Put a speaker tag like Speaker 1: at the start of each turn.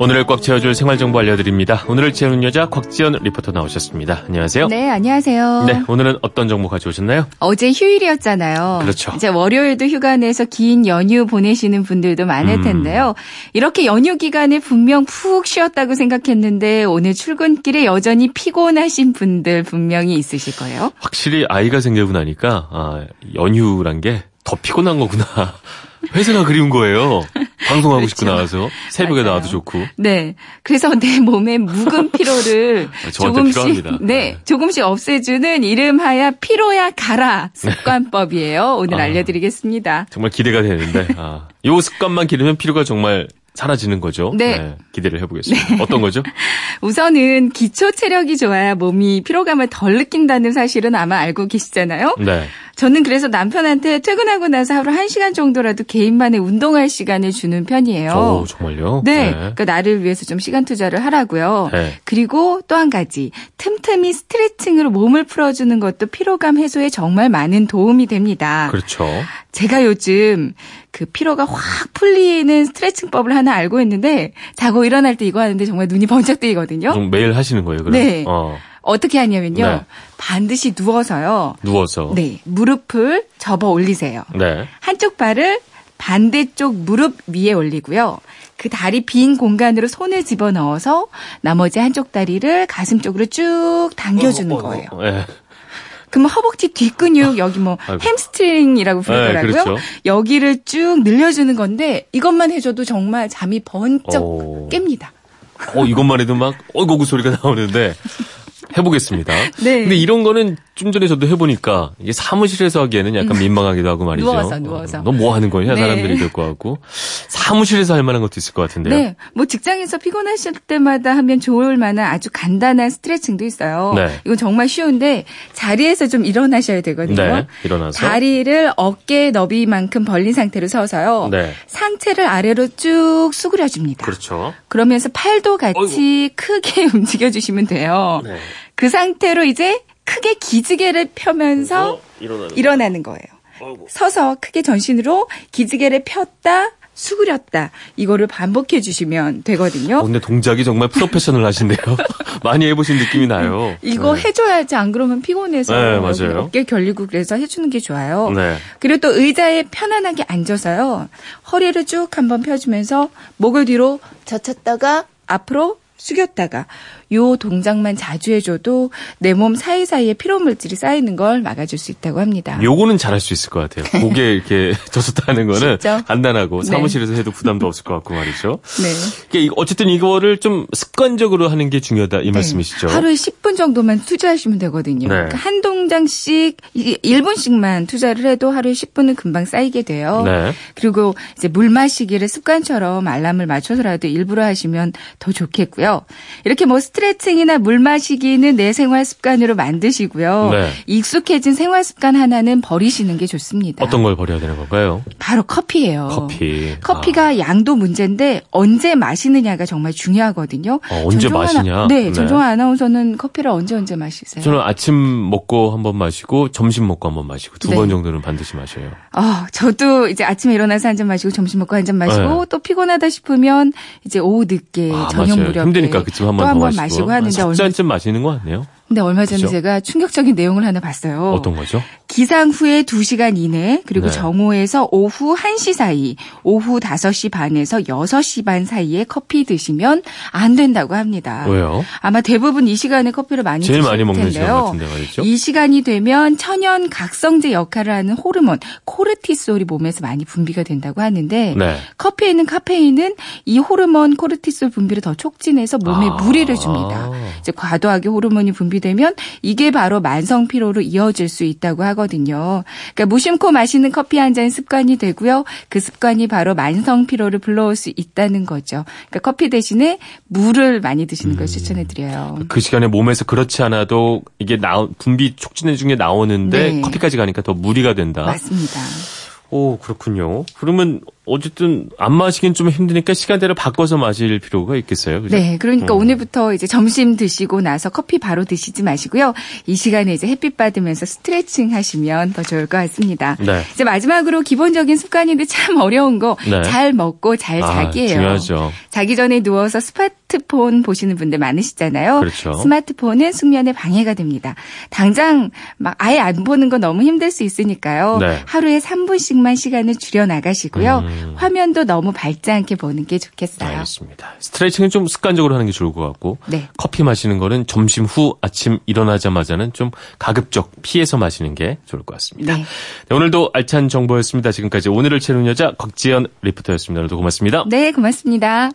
Speaker 1: 오늘을 꽉 채워줄 생활정보 알려드립니다. 오늘을 채우는 여자 곽지연 리포터 나오셨습니다. 안녕하세요.
Speaker 2: 네, 안녕하세요.
Speaker 1: 어? 네, 오늘은 어떤 정보 가져오셨나요?
Speaker 2: 어제 휴일이었잖아요.
Speaker 1: 그렇죠.
Speaker 2: 이제 월요일도 휴가 내서 긴 연휴 보내시는 분들도 많을
Speaker 1: 음.
Speaker 2: 텐데요. 이렇게 연휴 기간에 분명 푹 쉬었다고 생각했는데 오늘 출근길에 여전히 피곤하신 분들 분명히 있으실 거예요.
Speaker 1: 확실히 아이가 생기고 나니까 아, 연휴란 게 더 피곤한 거구나. 회사가 그리운 거예요. 방송하고 싶고 나와서 새벽에
Speaker 2: 그렇죠. 맞아요.
Speaker 1: 나와도 좋고.
Speaker 2: 네. 그래서 내 몸의 묵은 피로를
Speaker 1: 아, 저한테
Speaker 2: 조금씩
Speaker 1: 필요합니다.
Speaker 2: 네,
Speaker 1: 네.
Speaker 2: 조금씩 없애주는 이름하야 피로야 가라 습관법이에요. 오늘
Speaker 1: 아.
Speaker 2: 알려드리겠습니다.
Speaker 1: 정말 기대가 되는데 아, 요 습관만 기르면 피로가 정말 사라지는 거죠.
Speaker 2: 네.
Speaker 1: 기대를 해보겠습니다. 어떤 거죠?
Speaker 2: 우선은 기초 체력이 좋아야 몸이 피로감을 덜 느낀다는 사실은 아마 알고 계시잖아요.
Speaker 1: 네.
Speaker 2: 저는 그래서 남편한테 퇴근하고 나서 하루 1시간 정도라도 개인만의 운동할 시간을 주는 편이에요.
Speaker 1: 오, 정말요?
Speaker 2: 네. 그러니까 나를 위해서 좀 시간 투자를 하라고요.
Speaker 1: 네.
Speaker 2: 그리고 또 한 가지 틈틈이 스트레칭으로 몸을 풀어주는 것도 피로감 해소에 정말 많은 도움이 됩니다.
Speaker 1: 그렇죠.
Speaker 2: 제가 요즘 그 피로가 확 풀리는 스트레칭법을 하나 알고 있는데 자고 일어날 때 이거 하는데 정말 눈이 번쩍 뜨이거든요.
Speaker 1: 좀 매일 하시는 거예요, 그럼?
Speaker 2: 네.
Speaker 1: 어,
Speaker 2: 어떻게 하냐면요.
Speaker 1: 네.
Speaker 2: 반드시 누워서요.
Speaker 1: 누워서.
Speaker 2: 네. 무릎을 접어 올리세요.
Speaker 1: 네.
Speaker 2: 한쪽 발을 반대쪽 무릎 위에 올리고요. 그 다리 빈 공간으로 손을 집어 넣어서 나머지 한쪽 다리를 가슴 쪽으로 쭉 당겨주는 거예요.
Speaker 1: 네.
Speaker 2: 그러면 허벅지 뒷근육 여기 뭐
Speaker 1: 아이고.
Speaker 2: 햄스트링이라고 부르더라고요.
Speaker 1: 네, 그렇죠.
Speaker 2: 여기를 쭉 늘려주는 건데 이것만 해줘도 정말 잠이 번쩍
Speaker 1: 오.
Speaker 2: 깹니다.
Speaker 1: 어, 이것만 해도 막, 어이구 소리가 나오는데, 해보겠습니다.
Speaker 2: 네.
Speaker 1: 근데 이런 거는 좀 전에 저도 해보니까, 이게 사무실에서 하기에는 약간 민망하기도 하고 말이죠.
Speaker 2: 음. 누워서, 누워서.
Speaker 1: 너 뭐 하는 거냐,
Speaker 2: 네.
Speaker 1: 사람들이 될 것 같고. 사무실에서 할 만한 것도 있을 것 같은데요.
Speaker 2: 네. 뭐 직장에서 피곤하실 때마다 하면 좋을 만한 아주 간단한 스트레칭도 있어요.
Speaker 1: 네.
Speaker 2: 이건 정말 쉬운데 자리에서 좀 일어나셔야 되거든요.
Speaker 1: 네, 일어나서.
Speaker 2: 다리를 어깨 너비만큼 벌린 상태로 서서요.
Speaker 1: 네.
Speaker 2: 상체를 아래로 쭉 수그려 줍니다.
Speaker 1: 그렇죠.
Speaker 2: 러면서 팔도 같이 크게 움직여 주시면 돼요.
Speaker 1: 네.
Speaker 2: 그 상태로 이제 크게 기지개를 펴면서
Speaker 1: 일어나는.
Speaker 2: 일어나는 거예요. 서서 크게 전신으로 기지개를 폈다 수그렸다 이거를 반복해 주시면
Speaker 1: 어,
Speaker 2: 되거든요.
Speaker 1: 근데 동작이 정말 프로페셔널 하신데요. 많이 해보신 느낌이 나요.
Speaker 2: 음, 이거
Speaker 1: 네.
Speaker 2: 해줘야지 안 그러면 피곤해서
Speaker 1: 네,
Speaker 2: 여기
Speaker 1: 맞아요.
Speaker 2: 어깨 결리고 그래서 해주는 게 좋아요.
Speaker 1: 네.
Speaker 2: 그리고 또 의자에 편안하게 앉아서요 허리를 쭉 한번 펴주면서 목을 뒤로 젖혔다가 앞으로 숙였다가 요 동작만 자주 해줘도 내 몸 사이사이에 피로 물질이 쌓이는 걸 막아줄 수 있다고 합니다.
Speaker 1: 요거는 잘할 수 있을 것 같아요. 목에 이렇게 젖었다는 거는
Speaker 2: 쉽죠?
Speaker 1: 간단하고
Speaker 2: 네.
Speaker 1: 사무실에서 해도 부담도 없을 것 같고 말이죠.
Speaker 2: 네.
Speaker 1: 이게 이- 어쨌든 이거를 좀 습관적으로 하는 게 중요하다 이 네, 말씀이시죠.
Speaker 2: 네. 하루에 10분 정도만 투자하시면 되거든요.
Speaker 1: 네.
Speaker 2: 그러니까 한 동장씩 1분씩만 투자를 해도 하루에 10분은 금방 쌓이게 돼요.
Speaker 1: 네.
Speaker 2: 그리고 이제 물 마시기를 습관처럼 알람을 맞춰서라도 일부러 하시면 더 좋겠고요. 이렇게 뭐 스트레칭이나 물 마시기는 내 생활 습관으로 만드시고요.
Speaker 1: 네.
Speaker 2: 익숙해진 생활 습관 하나는 버리시는 게 좋습니다.
Speaker 1: 어떤 걸 버려야 되는 건가요?
Speaker 2: 바로 커피예요.
Speaker 1: 커피.
Speaker 2: 어, 커피가
Speaker 1: 아.
Speaker 2: 양도 문제인데 언제 마시느냐가 정말 중요하거든요.
Speaker 1: 어, 언제
Speaker 2: 전종환 아-
Speaker 1: 마시냐?
Speaker 2: 네,
Speaker 1: 네.
Speaker 2: 전종 아나운서는 커피를 언제 언제
Speaker 1: 아,
Speaker 2: 마시세요?
Speaker 1: 저는 아침 먹고 한번 마시고 점심 먹고 한번 마시고 두
Speaker 2: 네.
Speaker 1: 번 정도는 반드시 마셔요.
Speaker 2: 아, 저도 이제 아침에 일어나서 한 잔 마시고 점심 먹고 한 잔 마시고
Speaker 1: 네.
Speaker 2: 또 피곤하다 싶으면 이제 오후 늦게
Speaker 1: 아,
Speaker 2: 예,
Speaker 1: 맞아요.
Speaker 2: 저녁 무렵에
Speaker 1: 힘드니까 그쯤 한번
Speaker 2: 또
Speaker 1: 더
Speaker 2: 한 번
Speaker 1: 마시고.
Speaker 2: 마시고 하는데
Speaker 1: 한
Speaker 2: 얼마,
Speaker 1: 10잔쯤 마시는 거 같네요.
Speaker 2: 근데 얼마 전에
Speaker 1: 그죠?
Speaker 2: 제가 충격적인 내용을 하나 봤어요.
Speaker 1: 어떤 거죠?
Speaker 2: 기상 후에 2시간 이내 그리고
Speaker 1: 네.
Speaker 2: 정오에서 오후 1시 사이 오후 5시 반에서 6시 반 사이에 커피 드시면 안 된다고 합니다.
Speaker 1: 왜요?
Speaker 2: 아마 대부분 이 시간에 커피를 많이
Speaker 1: 제일
Speaker 2: 드실
Speaker 1: 많이 먹는 시간
Speaker 2: 텐데요. 예.
Speaker 1: 같은데 그렇죠? 말이죠.
Speaker 2: 이 시간이 되면 천연 각성제 역할을 하는 호르몬 코르티솔이 몸에서 많이 분비가 된다고 하는데
Speaker 1: 네.
Speaker 2: 커피에 있는 카페인은 이 호르몬 코르티솔 분비를 더 촉진해서 몸에
Speaker 1: 아.
Speaker 2: 무리를 줍니다. 이제 과도하게 호르몬이 분비되면 이게 바로 만성 피로로 이어질 수 있다고 하거든요. 그러니까 무심코 마시는 커피 한 잔 습관이 되고요. 그 습관이 바로 만성 피로를 불러올 수 있다는 거죠. 그러니까 커피 대신에 물을 많이 드시는 걸 추천해 드려요.
Speaker 1: 그 시간에 몸에서 그렇지 않아도 이게 나 분비 촉진해 중에 나오는데
Speaker 2: 네.
Speaker 1: 아. 커피까지 가니까 더 무리가 된다.
Speaker 2: 맞습니다.
Speaker 1: 오 그렇군요. 그러면 어쨌든 안 마시긴 좀 힘드니까 시간대를 바꿔서 마실 필요가 있겠어요. 그죠?
Speaker 2: 네, 그러니까
Speaker 1: 어.
Speaker 2: 오늘부터 이제 점심 드시고 나서 커피 바로 드시지 마시고요. 이 시간에 이제 햇빛 받으면서 스트레칭 하시면 더 좋을 것 같습니다.
Speaker 1: 네.
Speaker 2: 이제 마지막으로 기본적인 습관인데 참 어려운 거
Speaker 1: 네.
Speaker 2: 잘 먹고 잘
Speaker 1: 아,
Speaker 2: 자기예요.
Speaker 1: 중요하죠.
Speaker 2: 자기 전에 누워서 스마트폰 보시는 분들 많으시잖아요.
Speaker 1: 그렇죠.
Speaker 2: 스마트폰은 숙면에 방해가 됩니다. 당장 막 아예 안 보는 거 너무 힘들 수 있으니까요.
Speaker 1: 네.
Speaker 2: 하루에 3분씩만 시간을 줄여 나가시고요.
Speaker 1: 음.
Speaker 2: 화면도 너무 밝지 않게 보는 게 좋겠어요.
Speaker 1: 알겠습니다. 스트레칭은 좀 습관적으로 하는 게 좋을 것 같고
Speaker 2: 네.
Speaker 1: 커피 마시는 거는 점심 후 아침 일어나자마자는 좀 가급적 피해서 마시는 게 좋을 것 같습니다.
Speaker 2: 네.
Speaker 1: 네, 오늘도 알찬 정보였습니다. 지금까지 오늘을 채우는 여자 곽지연 리포터였습니다. 오늘도 고맙습니다.
Speaker 2: 네, 고맙습니다.